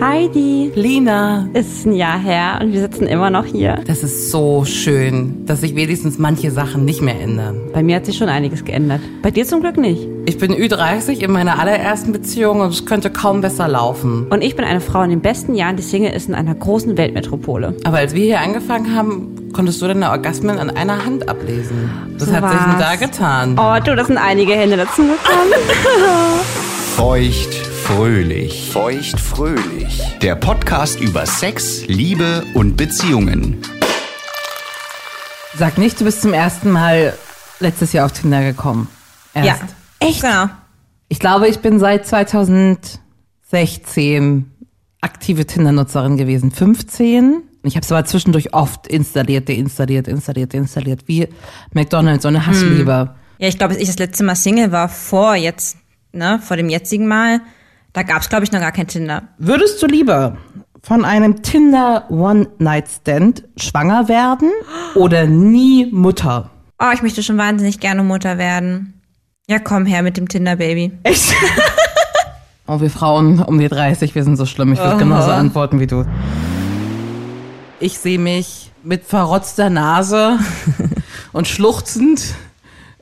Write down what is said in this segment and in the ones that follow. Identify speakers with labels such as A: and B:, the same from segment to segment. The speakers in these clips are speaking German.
A: Heidi,
B: Lina,
A: ist ein Jahr her und wir sitzen immer noch hier.
B: das ist so schön, dass sich wenigstens manche Sachen nicht mehr ändern.
A: Bei mir hat sich schon einiges geändert. Bei dir zum Glück nicht.
B: Ich bin Ü30 in meiner allerersten Beziehung und es könnte kaum besser laufen.
A: Und ich bin eine Frau in den besten Jahren, die Single ist in einer großen Weltmetropole.
B: Aber als wir hier angefangen haben, konntest du deine Orgasmen an einer Hand ablesen. Was
A: So
B: hat sich denn da
A: war's.
B: getan?
A: Oh, du, das sind einige Hände dazu gekommen.
C: Feucht fröhlich.
D: Feucht fröhlich.
C: Der Podcast über Sex, Liebe und Beziehungen.
B: Sag nicht, du bist zum ersten Mal letztes Jahr auf Tinder gekommen.
E: Ja.
B: Erst.
E: Echt? Genau.
B: Ich glaube, ich bin seit 2016 aktive Tinder-Nutzerin gewesen. 15. Ich habe es aber zwischendurch oft installiert, deinstalliert, installiert, deinstalliert. Wie McDonalds, so eine Hassliebe.
E: Ja, ich glaube, als ich das letzte Mal Single war, vor jetzt, ne, vor dem jetzigen Mal, da gab's glaube ich, noch gar kein Tinder.
B: Würdest du lieber von einem Tinder One-Night-Stand schwanger werden oder nie Mutter?
E: Oh, ich möchte schon wahnsinnig gerne Mutter werden. Ja, komm her mit dem Tinder-Baby.
B: Echt? oh, wir Frauen um die 30, wir sind so schlimm. Ich würde genauso antworten wie du. Ich sehe mich mit verrotzter Nase und schluchzend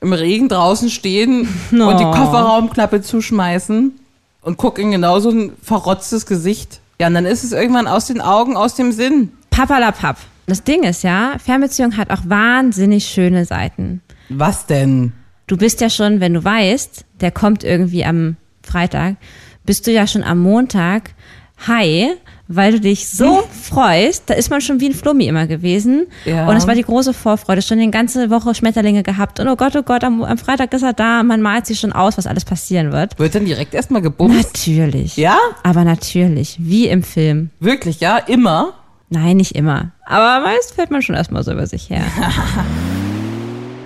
B: im Regen draußen stehen und die Kofferraumklappe zuschmeißen und guck in genau so ein verrotztes Gesicht. Ja, und dann ist es irgendwann aus den Augen, aus dem Sinn.
E: Papalapap. Das Ding ist ja, Fernbeziehung hat auch wahnsinnig schöne Seiten.
B: Was denn?
E: Du bist ja schon, wenn du weißt, der kommt irgendwie am Freitag, bist du ja schon am Montag hi, weil du dich so freust. Da ist man schon wie ein Flummi immer gewesen.
B: Hm. Ja.
E: Und es war die große Vorfreude, schon die ganze Woche Schmetterlinge gehabt. Und oh Gott, oh Gott, am, am Freitag ist er da. Man malt sich schon aus, was alles passieren wird.
B: Wird dann direkt erstmal gebumst?
E: Natürlich.
B: Ja?
E: Aber natürlich, wie im Film.
B: Wirklich, ja? Immer?
E: Nein, nicht immer. Aber meist fällt man schon erstmal so über sich her.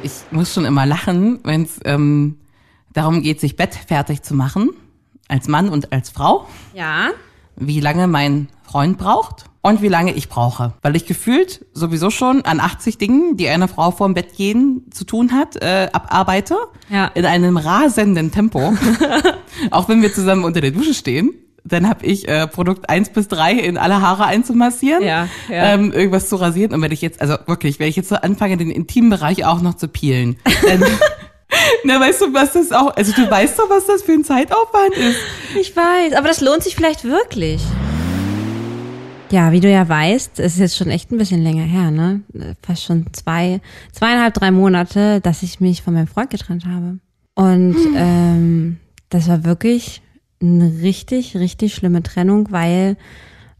B: ich muss schon immer lachen, wenn es ähm, darum geht, sich Bett fertig zu machen, als Mann und als Frau,
E: Ja.
B: wie lange mein Freund braucht und wie lange ich brauche. Weil ich gefühlt sowieso schon an 80 Dingen, die eine Frau vorm Bett gehen zu tun hat, äh, abarbeite,
E: Ja.
B: in einem rasenden Tempo. Auch wenn wir zusammen unter der Dusche stehen. Dann habe ich äh, Produkt 1 bis 3 in alle Haare einzumassieren,
E: Ja, ja.
B: Ähm, irgendwas zu rasieren. Und wenn ich jetzt, also wirklich, wenn ich jetzt so anfange, den intimen Bereich auch noch zu peelen, dann, na, weißt du, was das auch, also du weißt doch, was das für ein Zeitaufwand ist.
E: Ich weiß, aber das lohnt sich vielleicht wirklich. Ja, wie du ja weißt, ist jetzt schon echt ein bisschen länger her, ne? Fast schon zwei, zweieinhalb, drei Monate, dass ich mich von meinem Freund getrennt habe. Und ähm, das war wirklich eine richtig, richtig schlimme Trennung, weil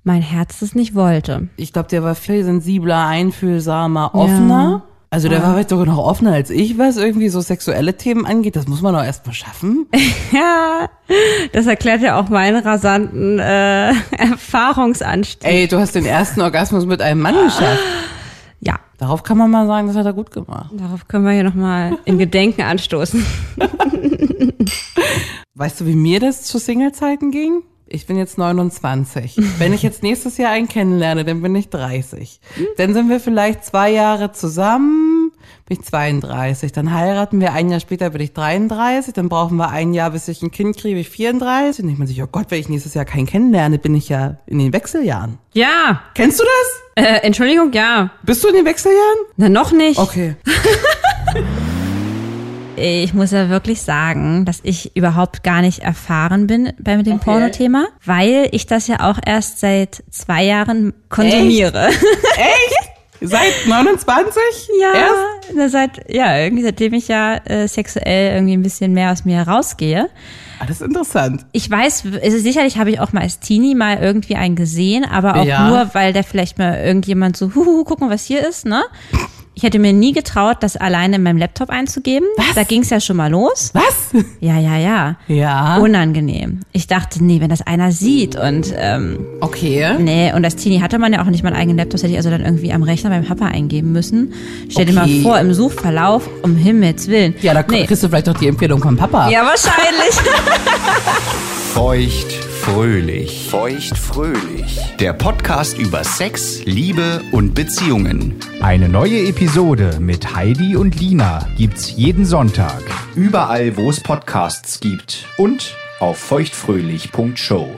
E: mein Herz das nicht wollte.
B: Ich glaube, der war viel sensibler, einfühlsamer, offener. Also der war vielleicht sogar noch offener als ich, was irgendwie so sexuelle Themen angeht. Das muss man doch erst mal schaffen.
E: Ja, das erklärt ja auch meinen rasanten äh, Erfahrungsanstieg.
B: Ey, du hast den ersten Orgasmus mit einem Mann geschafft.
E: Ja,
B: Darauf kann man mal sagen, das hat er gut gemacht.
E: darauf können wir hier nochmal im Gedenken anstoßen.
B: Weißt du, wie mir das zu Single-Zeiten ging? Ich bin jetzt 29. Wenn ich jetzt nächstes Jahr einen kennenlerne, dann bin ich 30. Dann sind wir vielleicht zwei Jahre zusammen, bin ich 32. Dann heiraten wir, ein Jahr später bin ich 33. Dann brauchen wir ein Jahr, bis ich ein Kind kriege, bin ich 34. Dann denkt man sich, oh Gott, wenn ich nächstes Jahr keinen kennenlerne, bin ich ja in den Wechseljahren.
E: Ja,
B: Kennst du das?
E: Äh, Entschuldigung, ja.
B: Bist du in den Wechseljahren?
E: Na, noch nicht.
B: Okay.
E: Ich muss ja wirklich sagen, dass ich überhaupt gar nicht erfahren bin bei dem Pornothema, weil ich das ja auch erst seit zwei Jahren konsumiere.
B: Seit 29?
E: Ja,
B: Erst?
E: na, seit, ja, irgendwie seitdem ich ja äh, sexuell irgendwie ein bisschen mehr aus mir herausgehe.
B: Ah, das ist interessant.
E: Ich weiß, also sicherlich habe ich auch mal als Teenie mal irgendwie einen gesehen, aber auch
B: Ja.
E: nur, weil der vielleicht mal irgendjemand so, huhuhu, guck mal, was hier ist, ne? Ich hätte mir nie getraut, das alleine in meinem Laptop einzugeben. Da ging es ja schon mal los.
B: Was?
E: Ja, ja, ja. Ah.
B: Ja.
E: Unangenehm. Ich dachte, nee, wenn das einer sieht und ähm,
B: Okay.
E: nee, und als Teenie hatte man ja auch nicht mal einen eigenen Laptop, das hätte ich also dann irgendwie am Rechner beim Papa eingeben müssen. Stell dir mal
B: Okay.
E: vor, im Suchverlauf, um Himmels Willen.
B: Ja, da
E: nee.
B: kriegst du vielleicht noch die Empfehlung von Papa.
E: Ja, wahrscheinlich.
C: Feucht fröhlich.
D: Feucht fröhlich.
C: Der Podcast über Sex, Liebe und Beziehungen.
F: Eine neue Episode mit Heidi und Lina gibt's jeden Sonntag.
C: Überall, wo es Podcasts gibt und auf feuchtfröhlich.show.